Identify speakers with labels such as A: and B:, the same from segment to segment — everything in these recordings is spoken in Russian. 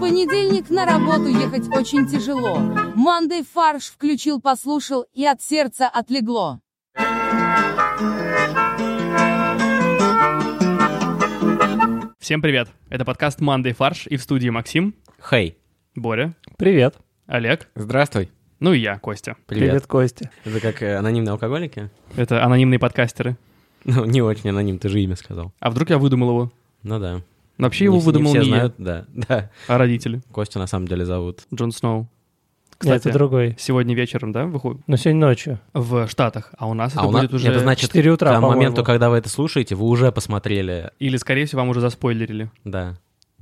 A: понедельник на работу ехать очень тяжело. Мандей фарш включил, послушал, и от сердца отлегло.
B: Всем привет! Это подкаст «Мандай фарш» и в студии Максим,
C: Хей.
B: Боря,
D: Привет.
B: Олег,
C: Здравствуй.
B: ну и я, Костя.
D: Привет,
C: Привет.
D: Костя.
C: Это как э, анонимные алкоголики?
B: Это анонимные подкастеры.
C: Ну, не очень аноним, ты же имя сказал.
B: А вдруг я выдумал его?
C: Ну да.
B: Вообще его
C: Не все-
B: выдумал
C: не
B: не,
C: все
B: я,
C: знают, да. Да.
B: а родители.
C: Костю на самом деле зовут.
B: Джон Сноу.
D: Нет,
B: Кстати,
D: это другой.
B: сегодня вечером, да, выходит?
D: Но сегодня ночью.
B: В Штатах, а у нас
C: а
B: это
C: у
B: будет
C: нас
B: уже...
C: это значит,
D: 4
C: к
D: утра,
C: тому
D: по-моему.
C: моменту, когда вы это слушаете, вы уже посмотрели,
B: Или, скорее всего, вам уже заспойлерили.
C: да.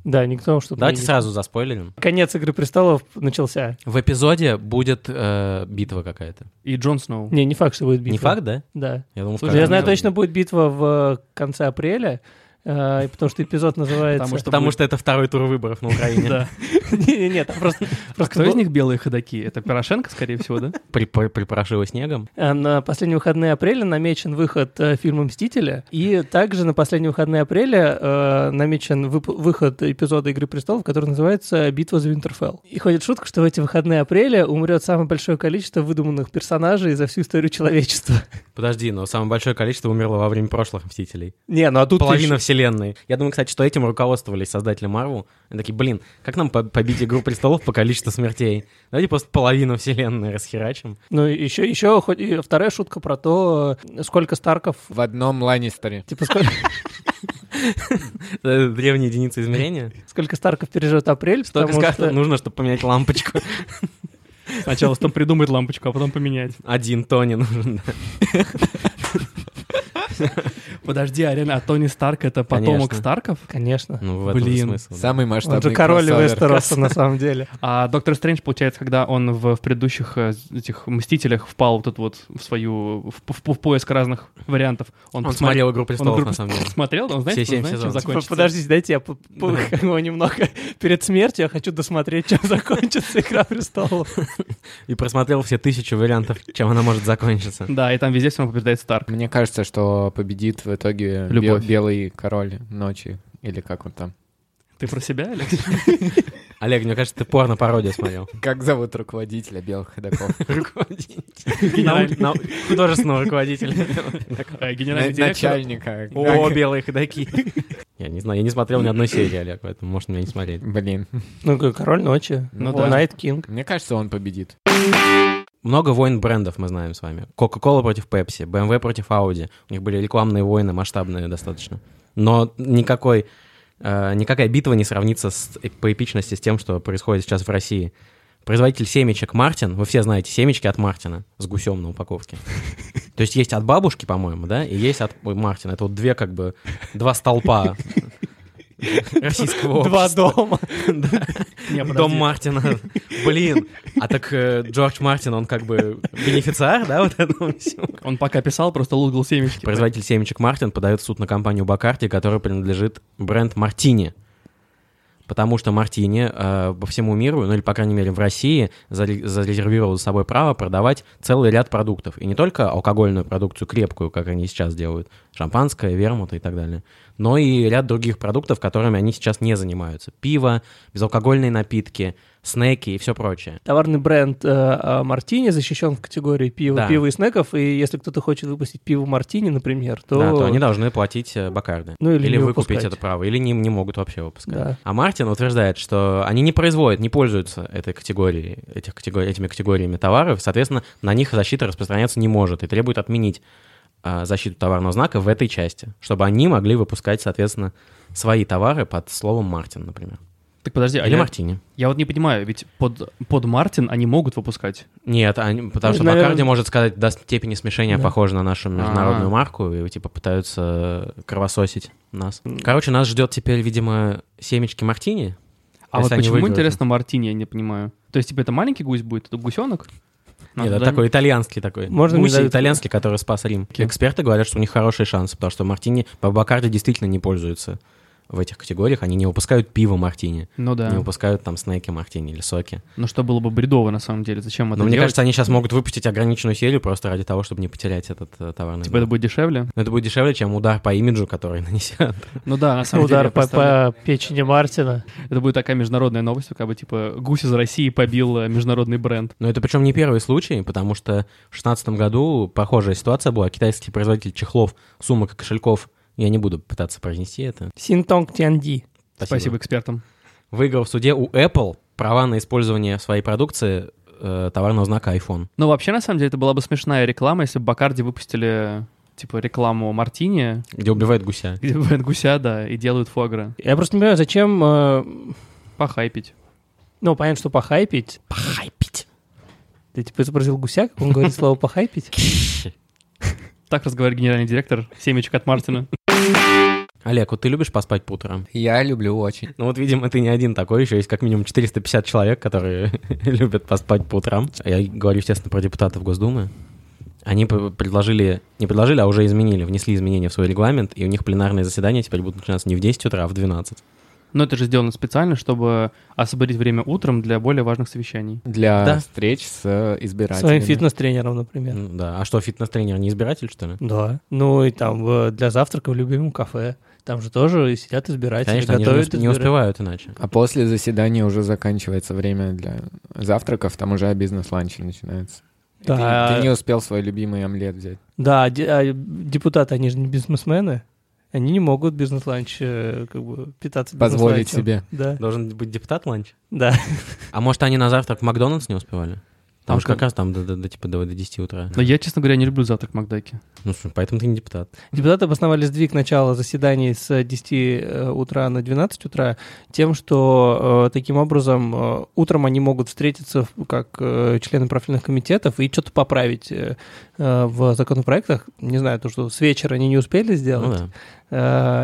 D: Да, никто что-то...
C: Давайте
D: не-
C: сразу заспойлерим.
D: Конец «Игры престолов» начался.
C: В эпизоде будет э, битва какая-то.
B: И Джон Сноу.
D: Не, не факт, что будет битва.
C: Не факт, да?
D: Да.
C: Я думал, в
B: Слушай,
D: Но
C: каждом
D: я знаю,
C: эпизоде.
D: точно будет битва в э, конце апреля, э, и потому что эпизод называется...
B: Потому что
C: Потому
B: будет-
C: что это второй тур выборов на Украине.
B: Да.
D: Не-не-не, там просто...
B: А
D: просто
B: кто из
D: был-
B: них белые ходаки? Это Порошенко, скорее всего, да?
C: Припо- Припорошило снегом.
D: э, На последние выходные апреля намечен выход э, фильма «Мстители», и также на последние выходные апреля э, намечен вып- выход эпизода «Игры престолов», который называется «Битва за Винтерфелл». И ходит шутка, что в эти выходные апреля умрет самое большое количество выдуманных персонажей за всю историю человечества.
C: Подожди, но самое большое количество умерло во время прошлых «Мстителей».
D: Не, ну а тут
C: половина вселенной. Я думаю, кстати, что этим руководствовались создатели Марвел. Они такие, блин, как нам по- побить Игру престолов по количеству смертей? Давайте просто половину вселенной расхерачим.
D: Ну, еще, еще хоть и вторая шутка про то, э, сколько Старков...
E: В одном Ланнистере.
D: Типа, сколько,
C: Э, Древние единицы измерения.
D: сколько Старков переживет апрель,
C: Столько
D: потому
C: скажут,
D: что...
C: нужно, чтобы поменять лампочку.
B: Сначала там придумать лампочку, а потом поменять.
C: Один Тони нужен. да.
B: Подожди, а реально, а Тони Старк — это потомок
C: Конечно.
B: Старков?
D: Конечно.
C: Ну, в этом
B: Блин.
C: смысл. да.
E: Самый
D: Он
E: масштабный
D: же король
E: кроссовер.
D: Вестероса на самом деле.
B: А Доктор Стрэндж, получается, когда он в, в предыдущих э, этих «Мстителях» впал вот тут вот в свою... в, в- в поиск разных вариантов, он,
C: Он
B: посмотр-
C: смотрел «Игру
B: он
C: престолов»,
B: «Игру
C: на самом деле.
B: Смотрел, он знает,
C: Все
B: что-
C: семь
B: знает, чем
C: сезонов.
B: закончится.
D: Типа, Подождите, дайте я по- по-
C: Да.
D: его немного перед смертью. Я хочу досмотреть, чем закончится «Игра престолов».
C: И просмотрел все тысячу вариантов, чем она может закончиться.
B: Да, и там везде все равно побеждает Старк.
E: Мне кажется, что победит в итоге бе-
B: Любовь.
E: белый король ночи. Или как он там?
B: Ты про себя, Олег?
C: Олег, мне кажется, ты порно-пародию смотрел.
E: Как зовут руководителя белых ходоков?
B: Генеральный-
C: Нау- нау- Художественного руководителя.
B: Э,
D: ну,
B: Генеральный директор.
E: Начальника.
C: О, белые ходаки. Я не знаю, я не смотрел ни одной серии, Олег, поэтому можно меня не смотреть.
E: Блин.
D: Ну, как король ночи.
E: Ну
D: Вот.
E: да.
D: Найт Кинг.
E: Мне кажется, он победит.
C: Много войн брендов мы знаем с вами. Coca-Cola против Pepsi, BMW против Audi. У них были рекламные войны, масштабные достаточно. Но никакой, э, никакая битва не сравнится с, по эпичности с тем, что происходит сейчас в России. Производитель семечек Мартин, вы все знаете, семечки от Мартина с гусем на упаковке. То есть есть от бабушки, по-моему, да, и есть от ой, Мартина. Это вот две как бы, два столпа российского
D: Два
C: общества.
D: дома.
B: Не, подожди.
C: Дом Мартина. Блин. А так э, Джордж Мартин, он как бы бенефициар, да, вот этого всего?
B: Он пока писал, просто лугал семечки.
C: Производитель семечек Мартин подает в суд на компанию Бакарти, которой принадлежит бренд Мартини. Потому что Мартини э, по всему миру, ну или, по крайней мере, в России, заре- зарезервировал за собой право продавать целый ряд продуктов. И не только алкогольную продукцию, крепкую, как они сейчас делают, шампанское, вермута и так далее, но и ряд других продуктов, которыми они сейчас не занимаются. Пиво, безалкогольные напитки, снеки и все прочее.
D: Товарный бренд э, э, Мартини защищен в категории пива,
C: Да.
D: пива и снеков. И если кто-то хочет выпустить пиво Мартини, например, то...
C: Да, то они должны платить э, Бакарды.
D: Ну, или не
C: выкупить
D: выпускать.
C: это право, или не, не могут вообще выпускать.
D: Да.
C: А Мартин утверждает, что они не производят, не пользуются этой категорией, этих категори- этими категориями товаров, соответственно, на них защита распространяться не может и требует отменить а, защиту товарного знака в этой части, чтобы они могли выпускать, соответственно, свои товары под словом Мартин, например.
B: Так подожди, а
C: или
B: я,
C: Мартини.
B: я вот не понимаю, ведь под, под Мартин они могут выпускать.
C: Нет, они- потому
D: Ну,
C: что
D: наверное-
C: Бакарди может сказать до степени смешения
D: Да.
C: похоже на нашу международную
B: А.
C: марку, и типа пытаются кровососить нас. Короче, нас ждет теперь, видимо, семечки мартини.
B: А
C: Если
B: вот
C: они
B: почему,
C: выиграют.
B: интересно, Мартини, я не понимаю. То есть, типа, это маленький гусь будет, это гусенок?
C: Нет, это такой итальянский такой.
D: Можно мне
C: Гуси
D: дают-
C: итальянский, который спас Рим. Эксперты говорят, что у них хорошие шансы, потому что мартини по Бакарди действительно не пользуются в этих категориях. Они не выпускают пиво мартини,
B: Ну
C: не
B: да.
C: выпускают там снеки мартини или соки.
B: Ну что было бы бредово, на самом деле. Зачем это
C: Но мне
B: делать?
C: кажется, они сейчас могут выпустить ограниченную серию просто ради того, чтобы не потерять этот э, товарный
B: Типа это
C: блок.
B: будет дешевле?
C: Но это будет дешевле, чем удар по имиджу, который нанесет.
B: Ну да, на самом деле.
D: Удар
B: я
D: по,
B: представляю.
D: по печени Мартина.
B: Это будет такая международная новость, как бы типа Гусь из России побил э, международный бренд.
C: Но это причем не первый случай, потому что в 2016 году похожая ситуация была. Китайский производитель чехлов, сумок и кошельков, я не буду пытаться произнести это.
D: Синтонг Тянди.
B: Спасибо экспертам.
C: Выиграл в суде у Apple права на использование своей продукции э, товарного знака iPhone.
B: Ну, вообще, на самом деле, это была бы смешная реклама, если бы Бакарди выпустили, типа, рекламу Мартини,
C: Где убивают гуся.
B: где бренд гуся, да, и делают фуагра.
D: Я просто не понимаю, зачем... э,
B: Похайпить.
D: Ну, понятно, что похайпить.
C: Похайпить.
D: Ты типа изобразил гусяк, он говорит слово похайпить.
B: Так разговаривает генеральный директор семечек от Мартина.
C: Олег, вот ты любишь поспать по утрам?
E: Я люблю очень.
C: Ну вот, видимо, ты не один такой, еще есть как минимум 450 человек, которые любят поспать по утрам. Я говорю, естественно, про депутатов Госдумы. Они п- предложили, не предложили, а уже изменили, внесли изменения в свой регламент, и у них пленарные заседания теперь будут начинаться не в 10 утра, а в 12.
B: Но это же сделано специально, чтобы освободить время утром для более важных совещаний.
E: Для
C: Да.
E: встреч с э, избирателями.
D: Своим фитнес-тренером, например.
C: Ну Да, а что, фитнес-тренер не избиратель, что ли?
D: Да. Ну и там э, для завтрака в любимом кафе. Там же тоже сидят избиратели,
C: Конечно, они же не
D: готовят
C: усп- не
D: избира-
C: успевают иначе.
E: А после заседания уже заканчивается время для завтраков, там уже бизнес-ланчи начинаются. И ты-
D: Да.
E: Ты, не успел свой любимый омлет взять.
D: Да, де- а депутаты, они же не бизнесмены. Они не могут бизнес-ланч э, как бы питаться
E: Позволить
D: бизнес-ланчем.
E: себе.
D: Да,
C: Должен быть депутат ланч.
D: да.
C: А может, они на завтрак в Макдональдс не успевали? Там
B: А
C: же как
B: как?
C: раз там до, до- до, типа, до, до 10 утра.
B: Но я, честно говоря, не люблю завтрак в Макдаке.
C: Ну, слушай, поэтому ты не депутат.
D: Депутаты обосновали сдвиг начала заседаний с 10 э, утра на 12 утра тем, что э, таким образом э, утром они могут встретиться в- как э, члены профильных комитетов и что-то поправить э, э, в законопроектах. Не знаю, то, что с вечера они не успели
C: Ну
D: сделать.
C: да.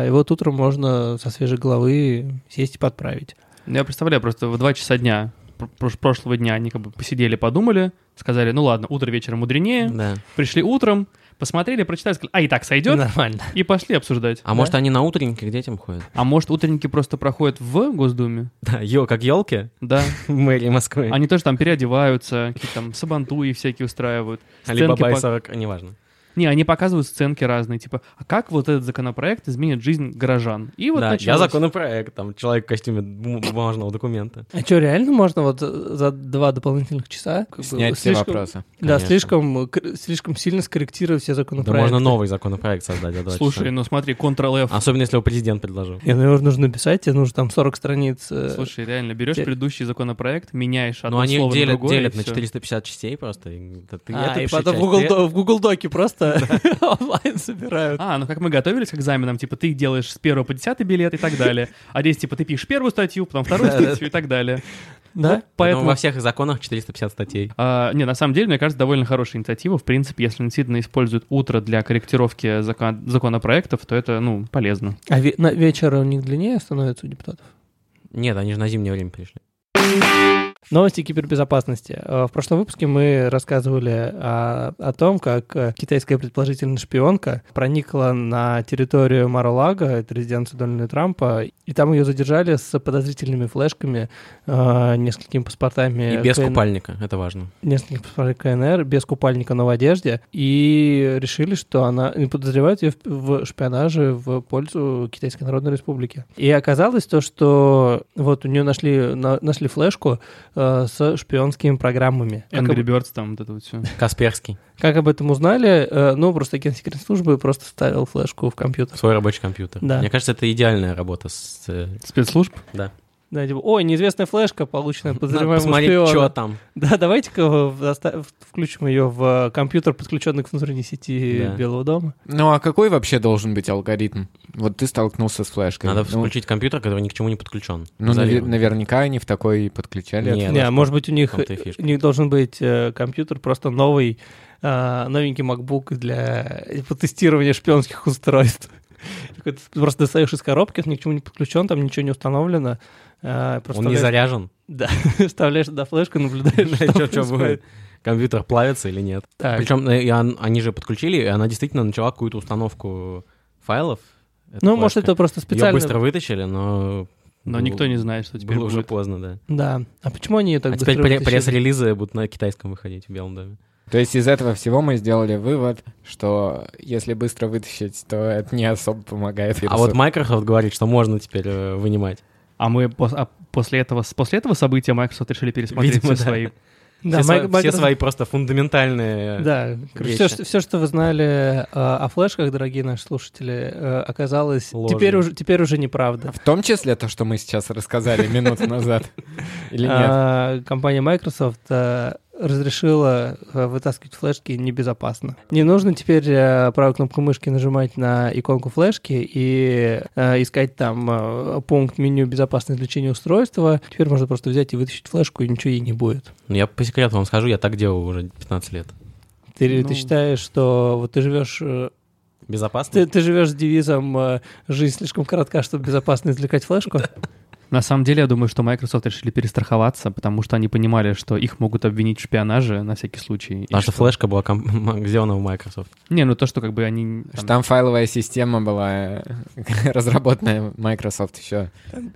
D: Э, и вот утром можно со свежей головы сесть и подправить.
B: Ну, Я представляю, просто в 2 часа дня пр- прош- прошлого дня они как бы посидели, подумали, сказали, ну ладно, утро вечером мудренее,
C: да.
B: пришли утром, посмотрели, прочитали, сказали, а и так сойдет,
D: Нормально.
B: и пошли обсуждать.
C: А может, они на утреннике к детям ходят?
B: А может, утренники просто проходят в Госдуме?
C: Да, ё, как елки
B: Да.
C: в мэрии Москвы.
B: Они тоже там переодеваются, какие-то там сабантуи всякие устраивают.
C: Алибаба и
B: пок-
C: 40, неважно.
B: Не, они показывают сценки разные, типа, а как вот этот законопроект изменит жизнь горожан? И вот
C: да, я
B: началось.
C: законопроект, там человек в костюме бум- бумажного документа.
D: А что, реально можно вот за за два дополнительных часа как бы,
E: Снять все
D: слишком-
E: вопросы.
D: Да,
C: Конечно.
D: слишком, э, кр- слишком сильно скорректировать все
C: Да
D: законопроекты.
C: можно новый законопроект создать за два
B: Ну, Слушай,
C: часа.
B: ну смотри, Ctrl-F.
C: Особенно, если его президент предложил.
D: Не, ну его же нужно написать, тебе нужно там 40 страниц. э,
B: Слушай, реально, берешь
D: те-
B: предыдущий законопроект, меняешь одно
C: Но Ну, они
B: слово на
C: делят,
B: другое,
C: делят
B: и
C: на
B: всё.
C: 450 частей просто. И, да ты
D: а,
C: эту
D: и
C: пиши
D: потом
C: часть,
D: в
C: Э,
D: Google,
C: ты-
D: До- в Google Доке просто онлайн собирают.
B: А, ну как мы готовились к экзаменам, типа ты делаешь с первого по десятый билет и так далее. А здесь типа ты пишешь первую статью, потом вторую статью и так далее.
D: Да?
C: Поэтому
B: Поэтому
C: во всех законах 450 статей.
B: А, не, на самом деле, мне кажется, довольно хорошая инициатива. В принципе, если действительно используют утро для корректировки закон- законопроектов, то это, ну, полезно.
D: А ве- на вечер у них длиннее становится у депутатов.
C: Нет, они же на зимнее время пришли.
D: Новости кибербезопасности. Э, В прошлом выпуске мы рассказывали о, о том, как э, китайская предположительная шпионка проникла на территорию Маролага, это резиденция Дональда Трампа, и там ее задержали с подозрительными флешками, э, несколькими паспортами.
B: Э,
C: И без
D: КНР.
C: купальника, это важно.
D: нескольких паспортов КНР без купальника, но в одежде, и решили, что она и подозревают ее в в шпионаже в пользу Китайской Народной Республики. И оказалось то, что вот у нее нашли, на- нашли флешку э, с шпионскими программами. Как,
B: Angry
D: об,
B: Birds там, вот это вот все.
C: Касперский.
D: как об этом узнали, э, ну, просто агент секретной службы просто вставил флешку в компьютер.
C: Свой рабочий компьютер.
D: Да.
C: Мне кажется, это идеальная работа с... э,
B: Спецслужб?
D: Да, типа, ой, неизвестная флешка, полученная
C: Надо
D: подозреваемым
C: посмотреть,
D: шпионом».
C: что там.
D: Да, давайте-ка в- заста- включим ее в э, компьютер, подключенный к внутренней сети
C: Да.
D: Белого дома.
E: Ну а какой вообще должен быть алгоритм? Вот ты столкнулся с флешкой.
C: Надо
E: ну,
C: включить компьютер, который ни к чему не подключен.
E: ну, наве-
C: Изолирован.
E: наверняка они в такой подключали.
C: Не,
E: это.
D: Не,
C: ну,
D: может быть, у них,
C: том-то и фишка.
D: у них должен быть э, компьютер просто новый, э, новенький MacBook для э, по тестированию шпионских устройств. Такой Ты просто достаешь из коробки, он ни к чему не подключен, там ничего не установлено. э, Просто
C: Он не
D: вставляешь-
C: заряжен.
D: вставляешь туда флешку, наблюдаешь,
C: Да,
D: что
C: чё- чё
D: происходит.
C: будет? Компьютер плавится или нет? э,
D: Так,
C: Причем они же подключили, и она действительно начала какую-то установку файлов
D: Ну, может, это просто
C: Ее
D: специально...
C: быстро вытащили, но...
B: Но
C: был-
B: никто не знает, что теперь
C: Было уже
B: будет.
C: поздно, да.
D: Да. А почему они её так
C: а теперь
D: быстро
C: пре-
D: вытащили?
C: пресс-релизы будут на китайском выходить в Белом доме.
E: То есть из этого всего мы сделали вывод, что если быстро вытащить, то это не особо помогает.
C: А
E: вирусу.
C: вот Microsoft говорит, что можно теперь э, вынимать.
B: А мы пос- а после этого, с- после этого события Microsoft решили пересмотреть
C: Видимо,
B: все
C: да.
B: свои.
D: Да,
C: все, свои,
D: Майк-
C: все
D: Майкрос-
C: свои просто фундаментальные...
D: Да,
C: вещи.
D: все что, все, что вы знали э, о флешках, дорогие наши слушатели, э, оказалось
C: Ложью.
D: теперь уже, теперь уже неправда.
E: В том числе то, что мы сейчас рассказали минуту назад. Или нет?
D: А, компания Microsoft э, разрешила э, вытаскивать флешки небезопасно. Не нужно теперь э, правой кнопкой мышки нажимать на иконку флешки и э, искать там э, пункт меню безопасное извлечение устройства. Теперь можно просто взять и вытащить флешку, и ничего ей не будет.
C: Ну, я по секрету вам скажу, я так делал уже 15 лет.
D: Ты,
B: Ну.
D: ты считаешь, что вот ты живешь э,
C: Безопасно?
D: Ты, ты живешь с девизом э, «Жизнь слишком коротка, чтобы безопасно извлекать флешку».
B: На самом деле, я думаю, что Microsoft решили перестраховаться, потому что они понимали, что их могут обвинить в шпионаже на всякий случай. И что-
C: Наша флешка была ком- сделана в Microsoft.
B: Не, ну то, что как бы они... там-
E: Что Там файловая система была э, разработанная Microsoft еще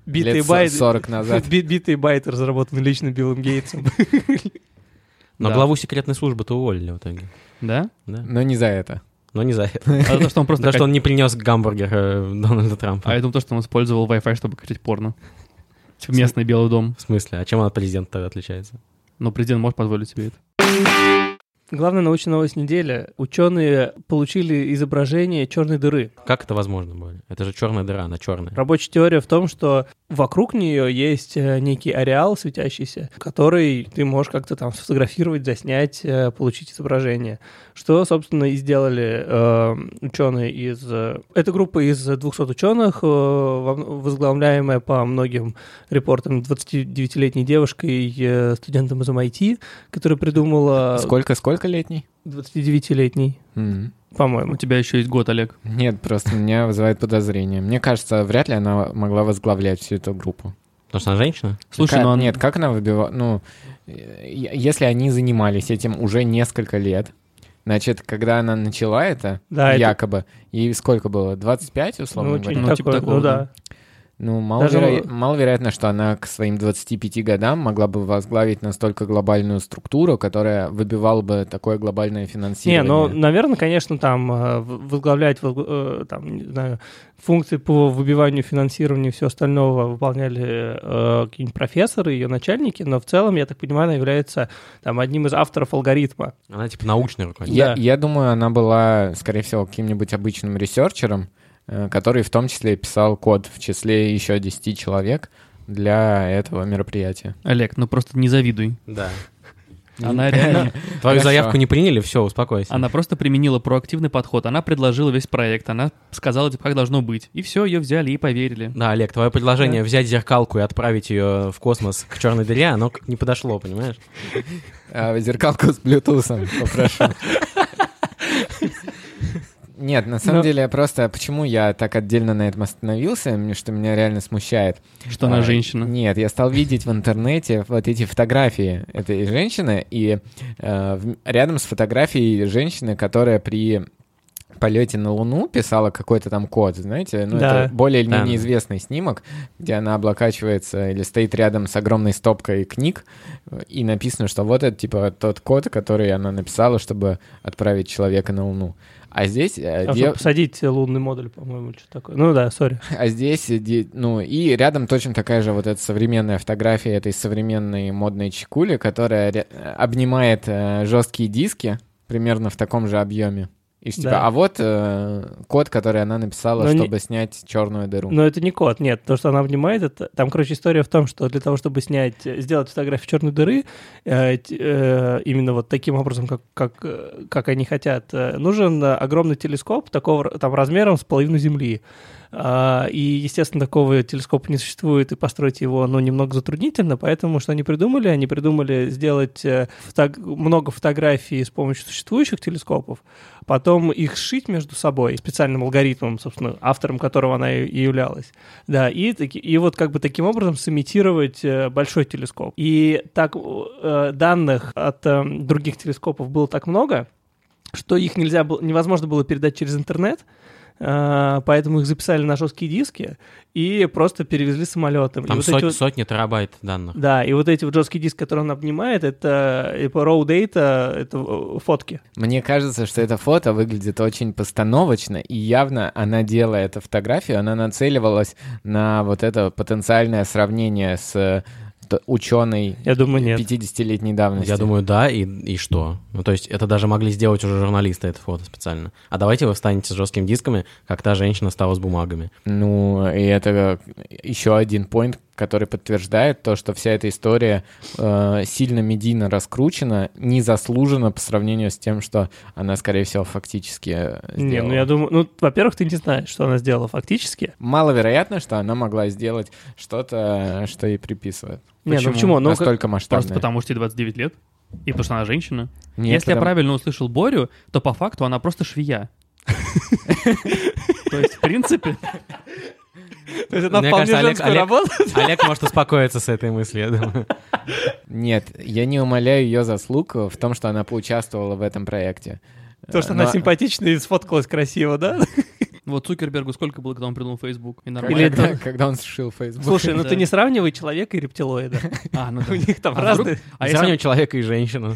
D: Битые
E: лет
D: байт.
E: 40 назад.
D: Би- Битые байт разработан лично Биллом Гейтсом.
C: Но
B: Да.
C: главу секретной службы-то уволили в итоге.
B: Да?
C: Да.
E: Но не за это.
C: Но не за это.
B: А за то, что он просто...
C: За что
B: кат-
C: он не принес гамбургер э, Дональда
B: А
C: Трампа.
B: я думал, то, что он использовал Wi-Fi, чтобы качать порно. Типа местный Белый дом.
C: В смысле? А чем он от президента тогда отличается?
B: Но президент может позволить себе это.
D: Главная научная новость недели. Ученые получили изображение черной дыры.
C: Как это возможно было? Это же черная дыра, она черная.
D: Рабочая теория в том, что вокруг нее есть э, некий ареал светящийся, который ты можешь как-то там сфотографировать, заснять, э, получить изображение. Что, собственно, и сделали э, ученые из... э, Это группа из 200 ученых, э, во мн- возглавляемая по многим репортам 29-летней девушкой, э, студентом из MIT, которая
C: А,
D: придумала...
E: Сколько-сколько летний?
D: 29-летней,
E: Мгм.
D: по-моему.
B: У тебя еще есть год, Олег.
E: Нет, просто меня вызывает подозрение. Мне кажется, вряд ли она могла возглавлять всю эту группу.
C: Потому что она женщина?
B: Слушай,
E: Как-
B: ну он...
E: Нет, как она выбивала... Ну, э, я- если они занимались этим уже несколько лет, значит, когда она начала это,
D: Да, А, это-
E: якобы, ей сколько было? 25, условно
D: Ну,
E: говоря?
D: что-нибудь
B: Ну, типа
D: такое.
B: такого,
D: Ну,
B: да.
D: да.
E: Ну, мало
D: Даже
E: веро-
D: мало-
E: маловероятно, что она к своим 25 годам могла бы возглавить настолько глобальную структуру, которая выбивала бы такое глобальное
D: Не,
E: финансирование.
D: ну, наверное, конечно, там э, в- возглавлять возгла- э, там, не знаю, функции по выбиванию финансирования и все остального выполняли э, какие-нибудь профессоры, ее начальники, но в целом, я так понимаю, она является там, одним из авторов алгоритма.
C: Она типа научный руководитель.
E: я,
D: да.
E: я думаю, она была, скорее всего, каким-нибудь обычным ресерчером, э, который в том числе и писал код в числе еще 10 человек для этого мероприятия.
B: Олег, ну просто не завидуй.
C: Да.
B: Она реально...
C: Твою
E: Хорошо.
C: заявку не приняли, все, успокойся.
B: Она просто применила проактивный подход. Она предложила весь проект. Она сказала, типа, как должно быть. И все, ее взяли и поверили.
C: Да, Олег, твое предложение взять зеркалку и отправить ее в космос к черной дыре, оно к- не подошло, понимаешь?
E: А, Зеркалку с блютусом попрошу. Нет, на самом
D: Но-
E: деле, просто а почему я так отдельно на этом остановился, м, что меня реально смущает.
B: Что она
E: А,
B: женщина.
E: Нет, я стал видеть в интернете вот эти фотографии этой женщины, и э, в- рядом с фотографией женщины, которая при полете на Луну писала какой-то там код, знаете, ну
D: Да.
E: это более или менее
C: Да.
E: известный снимок, где она облокачивается или стоит рядом с огромной стопкой книг, и написано, что вот это типа тот код, который она написала, чтобы отправить человека на Луну. А здесь, э,
D: А
E: дев-
D: чтобы посадить лунный модуль, по-моему, что такое. Ну да, сори.
E: а здесь, э, де- ну, и рядом точно такая же вот эта современная фотография этой современной модной чекули, которая ре- обнимает э, жесткие диски примерно в таком же объеме. И ж типа,
D: Да.
E: а вот э, код, который она написала,
D: Но не- Ну.
E: чтобы снять черную дыру.
D: Но это не код, нет. То, что она обнимает, это... Там, короче, история в том, что для того, чтобы снять, э, сделать фотографию черной дыры, э, т- э, именно вот таким образом, как, как, э, как они хотят, э, нужен э, огромный телескоп такого р- там размером с половину Земли. А, И, естественно, такого телескопа не существует, и построить его, ну, немного затруднительно, поэтому что они придумали? Они придумали сделать э, фото- много фотографий с помощью существующих телескопов, потом их сшить между собой специальным алгоритмом, собственно, автором которого она и и являлась. Да, и, таки- и вот как бы таким образом сымитировать э, большой телескоп. И так э, данных от э, других телескопов было так много, что их нельзя было, невозможно было передать через интернет, э, поэтому их записали на жесткие диски и просто перевезли самолетом. И
C: Там
D: вот эти
C: сотни-
D: вот-
C: сотни терабайт данных.
D: Да, и вот эти вот жесткие диски, которые он обнимает, это типа, raw data, это э, фотки.
E: Мне кажется, что это фото выглядит очень постановочно, и явно она, делая эту фотографию, она нацеливалась на вот это потенциальное сравнение с э, ученой
D: Я думаю, нет.
E: 50-летней давности.
C: Я думаю, да, и, и что? Ну, то есть это даже могли сделать уже журналисты, это фото специально. А давайте вы встанете с жесткими дисками, как та женщина стала с бумагами.
E: Ну, и это еще один поинт, который подтверждает то, что вся эта история э, сильно медийно раскручена, незаслуженно по сравнению с тем, что она, скорее всего, фактически э, сделала.
D: Не, ну я думаю, ну, во-первых, ты не знаешь, что она сделала фактически.
E: Маловероятно, что она могла сделать что-то, что ей приписывают.
D: Не, ну
B: Почему?
D: почему? Ну, как-
E: Настолько масштабное.
B: Просто потому, что ей 29 лет. И потому, что она женщина.
E: Нет,
B: Если я
E: потому-
B: правильно услышал Борю, то по факту она просто швея. То есть, в принципе,
D: то есть она
C: Мне
D: вполне
C: кажется, Олег-
D: женскую
C: Олег-
D: работу.
C: Олег может успокоиться с этой мыслью, я думаю.
E: Нет, я не умоляю ее заслуг в том, что она поучаствовала в этом проекте. Э,
D: То, что она
E: Но-
D: симпатичная и сфоткалась красиво, да?
B: Ну вот Цукербергу сколько было, когда он придумал Facebook? И
E: Когда,
B: нормально.
D: Или это-
E: когда он сшил Facebook.
D: Слушай, ну
B: Да.
D: ты не сравнивай человека и рептилоида.
B: А, ну да.
D: У них там
B: А
D: разные...
B: А если,
C: Сравнивать человека и женщину.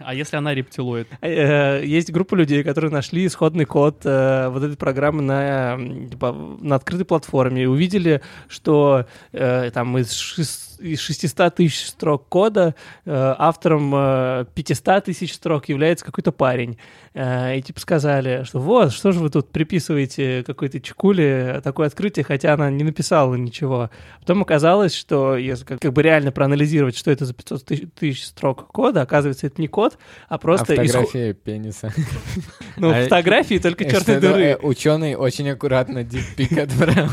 B: а если она рептилоид?
D: Э, Есть группа людей, которые нашли исходный код э, вот этой программы на, м, типа, на открытой платформе и увидели, что э, там из, шес- из 600 тысяч строк кода э, автором э, 500 тысяч строк является какой-то парень. Э, И типа сказали, что вот, что же вы тут приписываете какой-то чекуле такое открытие, хотя она не написала ничего. Потом оказалось, что если как, как бы реально проанализировать, что это за 500 тысяч, тысяч строк кода, оказывается, это не код, а
E: просто
D: просто исход-
E: фотография пениса.
D: ну,
C: А,
D: фотографии только черной дыры.
E: Ученый очень аккуратно диппик отправлял.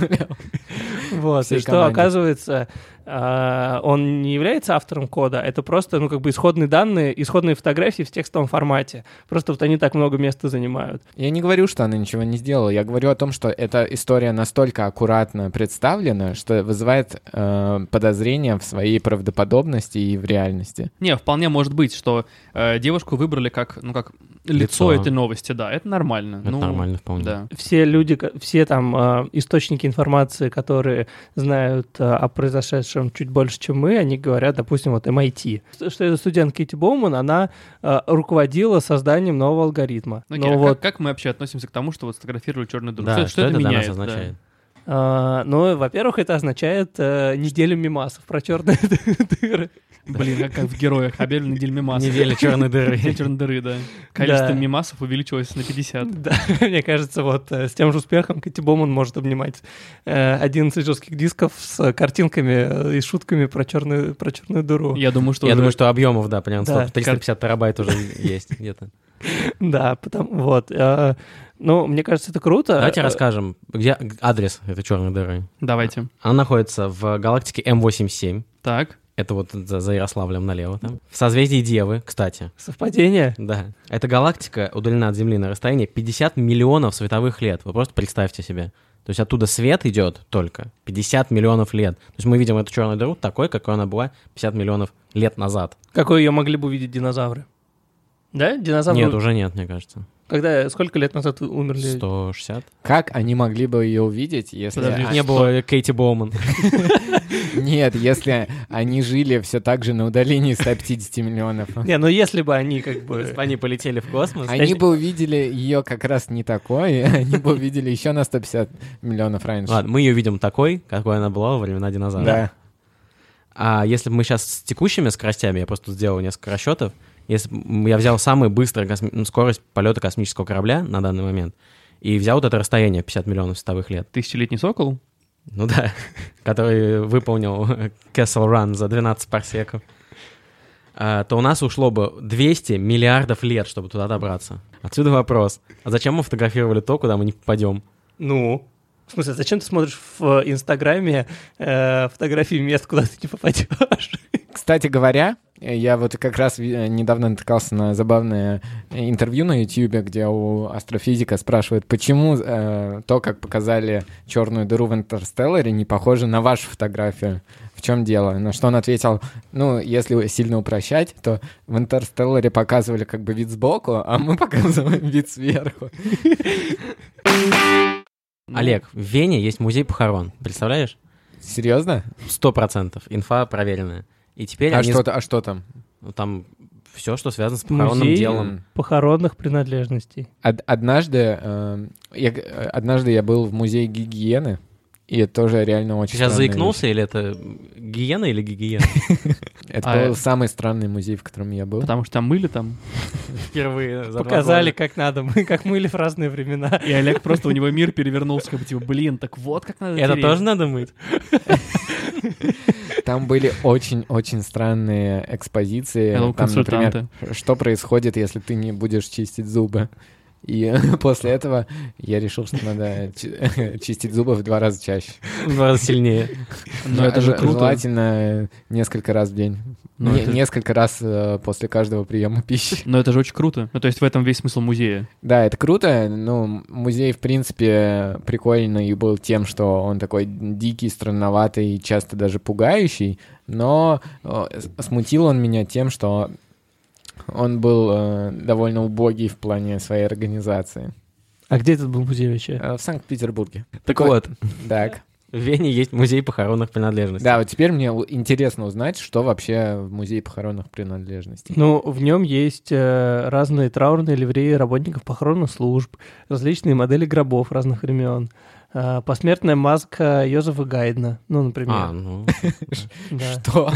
D: Вот, и
E: всей
D: что
E: команде.
D: оказывается, а, он не является автором кода, это просто, ну, как бы исходные данные, исходные фотографии в текстовом формате. Просто вот они так много места занимают.
E: Я не говорю, что она ничего не сделала. Я говорю о том, что эта история настолько аккуратно представлена, что вызывает э, подозрения в своей правдоподобности и в реальности.
B: Не, вполне может быть, что э, девушку выбрали как, ну, как лицо,
C: Лицо.
B: этой новости, да, это нормально.
C: Это
B: Ну,
C: нормально вполне.
B: Да.
D: Все люди, ко- все там а, источники информации, которые знают а, о произошедшем чуть больше, чем мы, они говорят, допустим, вот MIT. Что- Что эта студент Кити Боуман, она а, руководила созданием нового алгоритма.
E: Ну,
B: Окей, а
D: Но Ну вот
B: как, как мы вообще относимся к тому, что вот сфотографировали черную дыру?
C: Да,
B: что, что это
C: для
B: меняет?
C: нас
B: да?
C: означает?
D: А, Ну, во-первых, это означает э, неделю мимасов про черные дыры.
B: Блин, как, как в героях объявлены недель мимасов.
C: Неделя черной дыры.
B: Неделя черной дыры, да. Количество
D: Да.
B: мимасов увеличилось на 50.
D: Да, мне кажется, вот э, с тем же успехом Кэти Боман может обнимать э, 11 жестких дисков с картинками э, и шутками про черную, про черную дыру.
B: Я думаю, что
C: Я
B: уже-
C: думаю, что объемов, да, понятно,
D: Да.
C: 350 терабайт уже есть где-то.
D: Да, потому вот. э, Ну, мне кажется, это круто.
C: Давайте
D: Э,
C: расскажем, где адрес этой черной дыры.
B: Давайте.
C: Она находится в галактике М87.
B: Так.
C: Это вот за, за Ярославлем налево там. В созвездии Девы, кстати.
D: Совпадение.
C: Да. Эта галактика удалена от Земли на расстоянии 50 миллионов световых лет. Вы просто представьте себе. То есть оттуда свет идет только 50 миллионов лет. То есть мы видим эту черную дыру такой, какой она была 50 миллионов лет назад.
D: Какой ее могли бы увидеть динозавры? Да, динозавры?
C: Нет, уже нет, мне кажется.
D: Когда, сколько лет назад вы умерли?
C: 160.
E: Как они могли бы ее увидеть, если...
B: Подожди,
E: а-
C: Не было Кейти Боуман.
E: Нет, если они жили все так же на удалении 150 миллионов.
D: Не, ну если бы они как бы...
C: Они полетели в космос.
E: Они бы увидели ее как раз не такой, они бы увидели еще на 150 миллионов раньше.
C: Ладно, мы ее видим такой, какой она была во времена динозавров.
E: Да.
C: А если бы мы сейчас с текущими скоростями, я просто тут сделал несколько расчетов, если бы м- я взял самую быструю косми- ну, скорость полета космического корабля на данный момент и взял вот это расстояние 50 миллионов световых лет,
B: Тысячелетний сокол?
C: ну да, который выполнил Castle Run за 12 парсеков, а, то у нас ушло бы 200 миллиардов лет, чтобы туда добраться. Отсюда вопрос, а зачем мы фотографировали то, куда мы не попадем?
D: Ну, в смысле, зачем ты смотришь в э, Инстаграме э, фотографии мест, куда ты не попадешь?
E: Кстати говоря, Я вот как раз э, недавно натыкался на забавное интервью на YouTube, где у астрофизика спрашивают, почему э, то, как показали черную дыру в Интерстелларе, не похоже на вашу фотографию. В чем дело? На что он ответил, ну, если сильно упрощать, то в Интерстелларе показывали как бы вид сбоку, а мы показываем вид сверху.
B: Ну.
C: Олег, в Вене есть музей похорон. Представляешь?
E: Серьезно?
C: Сто процентов. Инфа проверенная. И теперь
E: А
C: они...
E: что, а что там?
C: ну, Там все, что связано с похоронным
D: Музей?
C: делом.
D: Похоронных принадлежностей.
E: Од- однажды, э, я, г- э, однажды я был в музее гигиены, и это тоже реально
C: Ты
E: очень
C: сейчас
E: странная
C: заикнулся или это гиена или гигиена?
E: вещь. Это
B: А,
E: был
B: э,
E: самый странный музей, в котором я был.
B: Потому что там мыли там.
C: Впервые. за два
D: Показали,
C: года.
D: как надо, мы- как мыли в разные времена.
B: И Олег просто у него мир перевернулся, как бы типа, блин, так вот как надо
C: Это
B: тереть.
C: тоже надо мыть?
E: Там были очень-очень странные экспозиции.
B: Hello,
E: Там, например,
B: консультанты.
E: что происходит, если ты не будешь чистить зубы. И после этого я решил, что надо чи- чистить зубы в два раза чаще.
C: В два раза сильнее.
B: Но Ну, это же
E: Ж-
B: круто.
E: Желательно несколько раз в день.
B: Но
E: Не-
B: это-
E: Несколько раз э, после каждого приема пищи.
B: Но это же очень круто. Ну, то есть в этом весь смысл музея.
E: Да, это круто. Ну, музей, в принципе, прикольный был тем, что он такой дикий, странноватый, часто даже пугающий. Но э, с- смутил он меня тем, что он был э, довольно убогий в плане своей организации.
D: А где этот был музей вообще?
E: Э, в Санкт-Петербурге.
C: Так вот,
E: Так.
C: в Вене есть музей похоронных принадлежностей.
E: Да, вот теперь мне у- интересно узнать, что вообще в музее похоронных принадлежностей.
D: Ну, в нем есть э, разные траурные ливреи работников похоронных служб, различные модели гробов разных времен, э, посмертная маска Йозефа Гайдна, ну, например.
C: А, ну...
D: да.
E: Что?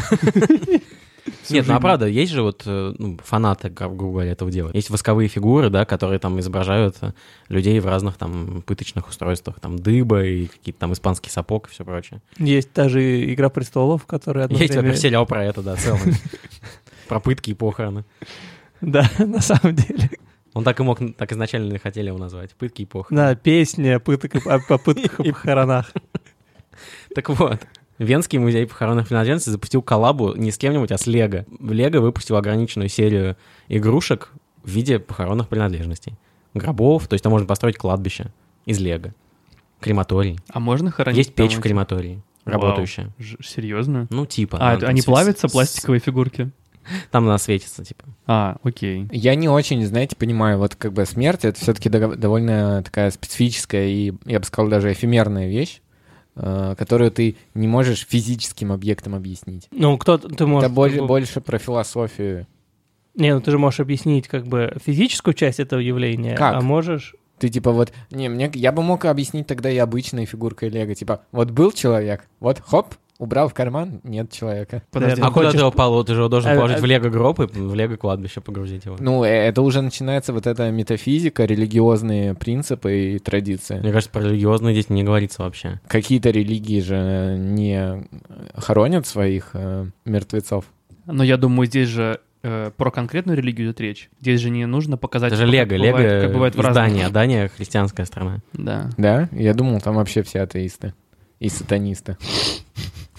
C: Нет, ну а правда, есть же вот э, ну, фанаты, гру- грубо говоря, этого дела. Есть восковые фигуры, да, которые там изображают э, людей в разных там пыточных устройствах, там дыба и какие-то там испанский сапог и все прочее.
D: Есть даже «Игра престолов», которая одно
C: Есть
D: время-
C: вообще сериал про это, да, целый. Про пытки и похороны.
D: Да, на самом деле.
C: Он так и мог, так изначально и хотели его назвать. Пытки и похороны.
D: Да, песня пыток и- о попытках и похоронах.
C: Так вот, Венский музей похоронных принадлежностей запустил коллабу не с кем-нибудь, а с Лего. Лего выпустил ограниченную серию игрушек в виде похоронных принадлежностей. Гробов, то есть там можно построить кладбище из Лего. Крематорий.
B: А можно хоронить?
C: Есть
B: там
C: печь в
B: эти-
C: крематории,
B: Вау.
C: работающая.
B: Ж- Серьезно?
C: Ну, типа.
B: А,
C: она
B: это
C: там
B: они
C: сви-
B: плавятся,
C: с-
B: пластиковые фигурки?
C: Там она светится, типа.
B: А, окей.
E: Я не очень, знаете, понимаю, вот как бы смерть это все-таки довольно такая специфическая и, я бы сказал, даже эфемерная вещь, э, которую ты не можешь физическим объектом объяснить.
D: Ну, кто ты можешь...
E: Это боль- больше про философию.
D: Не, ну ты же можешь объяснить как бы физическую часть этого явления,
E: Как?
D: а можешь...
E: Ты типа вот, не, мне, я бы мог объяснить тогда и обычной фигуркой Лего, типа, вот был человек, вот хоп, убрал в карман, нет человека.
B: Подожди.
D: Наверное.
C: А
D: Ну,
C: куда
D: хочешь-
C: ты его пол- Ты же его
B: Э,
C: должен
D: А-
C: положить
D: а-
C: в Лего гроб и в Лего кладбище погрузить его.
E: Ну, э, это уже начинается вот эта метафизика, религиозные принципы и традиции.
C: Мне кажется, про религиозные здесь не говорится вообще.
E: Какие-то религии же э, не хоронят своих э, мертвецов.
B: Но я думаю, здесь же э, про конкретную религию идет речь. Здесь же не нужно показать...
C: Это же
B: как
C: Лего,
B: бывает-
C: Лего
B: Как бывает в
C: и
B: разных...
C: Дания. Дания христианская страна.
B: Да.
E: Да? Я думал, там вообще все атеисты и сатанисты.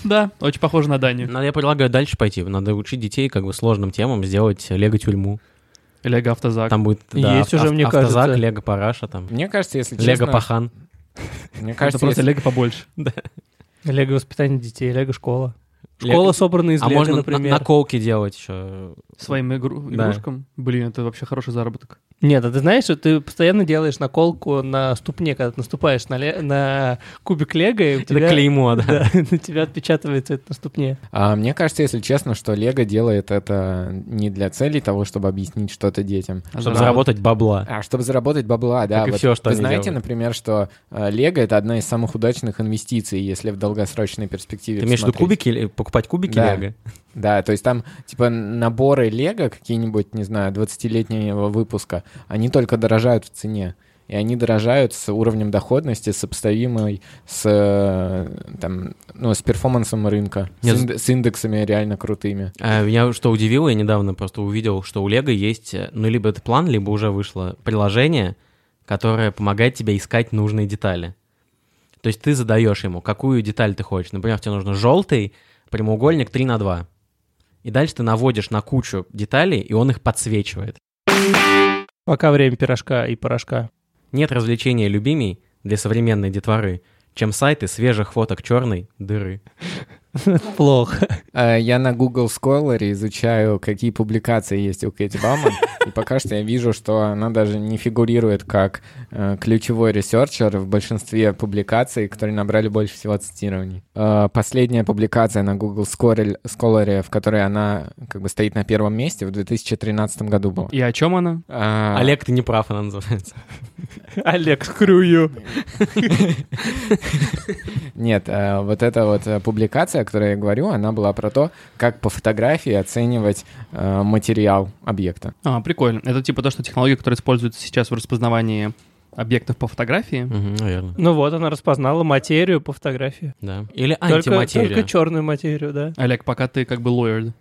B: Да, очень похоже на Данию.
C: Надо, я предлагаю дальше пойти. Надо учить детей как бы сложным темам, сделать лего-тюрьму.
B: Лего автозак.
C: Там будет да,
D: Есть уже, мне
C: автозак,
D: кажется.
C: лего-параша там.
E: Мне кажется, если честно...
C: Лего-пахан.
E: Мне
B: Это
E: кажется,
B: просто
E: если-
B: Лего побольше.
D: Лего воспитание детей, Лего школа.
C: Лего-
D: Школа собрана из
C: А
D: Лего,
C: можно на-
D: например.
C: наколки делать еще.
B: Своим игру-
C: Да.
B: игрушкам. Блин, это вообще хороший заработок.
D: Нет, а ты знаешь, что ты постоянно делаешь наколку на ступне, когда ты наступаешь на, ле- на кубик Лего, и у
C: Это
D: тебя...
C: клеймо, да.
D: Да, на тебя отпечатывается это на ступне.
E: А мне кажется, если честно, что Лего делает это не для целей того, чтобы объяснить что-то детям,
B: А
C: Чтобы
B: заработать-
C: заработать бабла.
E: а чтобы заработать бабла, да.
C: Как и
E: вот
C: всё, что
E: Вы
C: они
E: знаете,
C: делают.
E: например, что э, Лего — это одна из самых удачных инвестиций, если в долгосрочной перспективе
C: Ты имеешь в виду
E: смотреть.
C: кубики, или- покупать кубики
E: Да.
C: лего?
E: Да, то есть там, типа, наборы Лего какие-нибудь, не знаю, 20-летнего выпуска, они только дорожают в цене. И они дорожают с уровнем доходности, сопоставимой с, э, там, ну, с перформансом рынка, с,
C: Нет.
E: инд- с индексами реально крутыми.
C: А, Меня что удивило, я недавно просто увидел, что у Лего есть, э, ну, либо это план, либо уже вышло приложение, которое помогает тебе искать нужные детали. То есть ты задаешь ему, какую деталь ты хочешь. Например, тебе нужно желтый прямоугольник 3 на 2. и дальше ты наводишь на кучу деталей, и он их подсвечивает.
D: Пока время пирожка и порошка.
C: Нет развлечения любимей для современной детворы, чем сайты свежих фоток черной дыры.
D: Плохо.
E: Э, Я на Google Scholar изучаю, какие публикации есть у Кэти Баман, и пока что я вижу, что она даже не фигурирует как э, ключевой ресерчер в большинстве публикаций, которые набрали больше всего цитирований. Э, Последняя публикация на Google Scholar, Scholar, в которой она как бы стоит на первом месте, в 2013 году была.
B: И о чем она?
E: А,
C: Олег, ты не прав, она называется.
D: Олег, скрую.
E: Нет, э, вот эта вот э, публикация, о которой я говорю, она была про то, как по фотографии оценивать э, материал объекта.
B: А, прикольно. Это типа то, что технология, которая используется сейчас в распознавании объектов по фотографии.
C: Мгм, Наверное.
D: Ну вот, она распознала материю по фотографии.
C: Да. Или
D: Только, только
C: антиматерия.
D: черную материю, да.
B: Олег, пока ты как бы lawyer.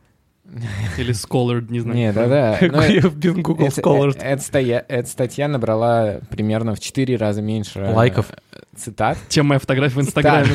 B: Или scholar, не знаю.
E: Не,
C: Э,
E: да-да. ну,
C: ну,
D: Как
E: но
D: я в Bing Google
E: это- э-
D: Scholar.
E: Эта стоя- эта статья набрала примерно в 4 раза меньше э,
C: Лайков.
E: цитат.
B: Чем моя фотография в Инстаграме.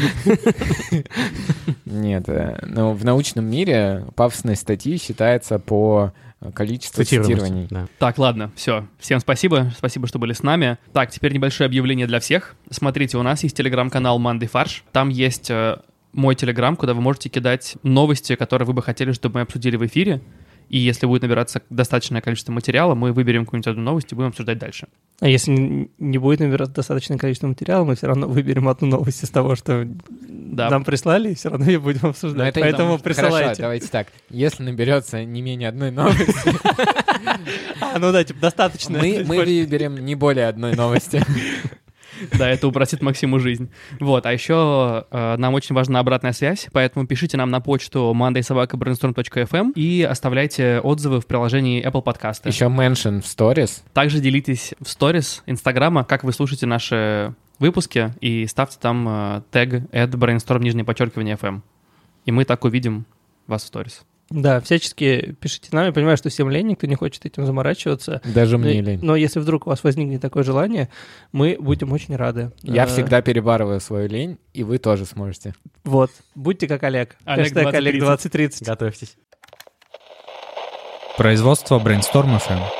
E: Нет, э, но в научном мире пафосность статьи считается по количеству цитирований.
C: Цитируемость, да.
B: Так, ладно, все. Всем спасибо. Спасибо, что были с нами. Так, теперь небольшое объявление для всех. Смотрите, у нас есть телеграм-канал Манды Фарш. Там есть э, мой телеграм, куда вы можете кидать новости, которые вы бы хотели, чтобы мы обсудили в эфире. И если будет набираться достаточное количество материала, мы выберем какую-нибудь одну новость и будем обсуждать дальше.
D: А если н- не будет набираться достаточное количество материала, мы все равно выберем одну новость из того, что
B: Да.
D: нам прислали, и все равно ее будем
E: Но
D: обсуждать.
E: Ну, это не
D: Поэтому
E: потому, что- Хорошо,
D: присылайте.
E: давайте так. Если наберется не менее одной новости,
D: А, ну да, типа, достаточно.
E: мы мы выберем не более одной новости.
B: Да, это упростит Максиму жизнь. Вот, а еще э, нам очень важна обратная связь, поэтому пишите нам на почту mandaysobakabrainstorm.fm эм и оставляйте отзывы в приложении Apple Podcasts.
E: Еще mention в stories.
B: Также делитесь в сторис Инстаграма, как вы слушаете наши выпуски, и ставьте там э, тег at brainstorm нижнее подчеркивание FM. И мы так увидим вас в сторис.
D: Да, всячески пишите нам. Я понимаю, что всем лень, никто не хочет этим заморачиваться.
E: Даже мне
D: но,
E: лень.
D: но если вдруг у вас возникнет такое желание, мы будем очень рады.
E: Я
D: Э,
E: всегда перебарываю свою лень, и вы тоже сможете.
D: Вот. Будьте как Олег.
B: Олег
D: Хэштег Олег 2030.
C: Готовьтесь.
F: Производство Brainstorm FM.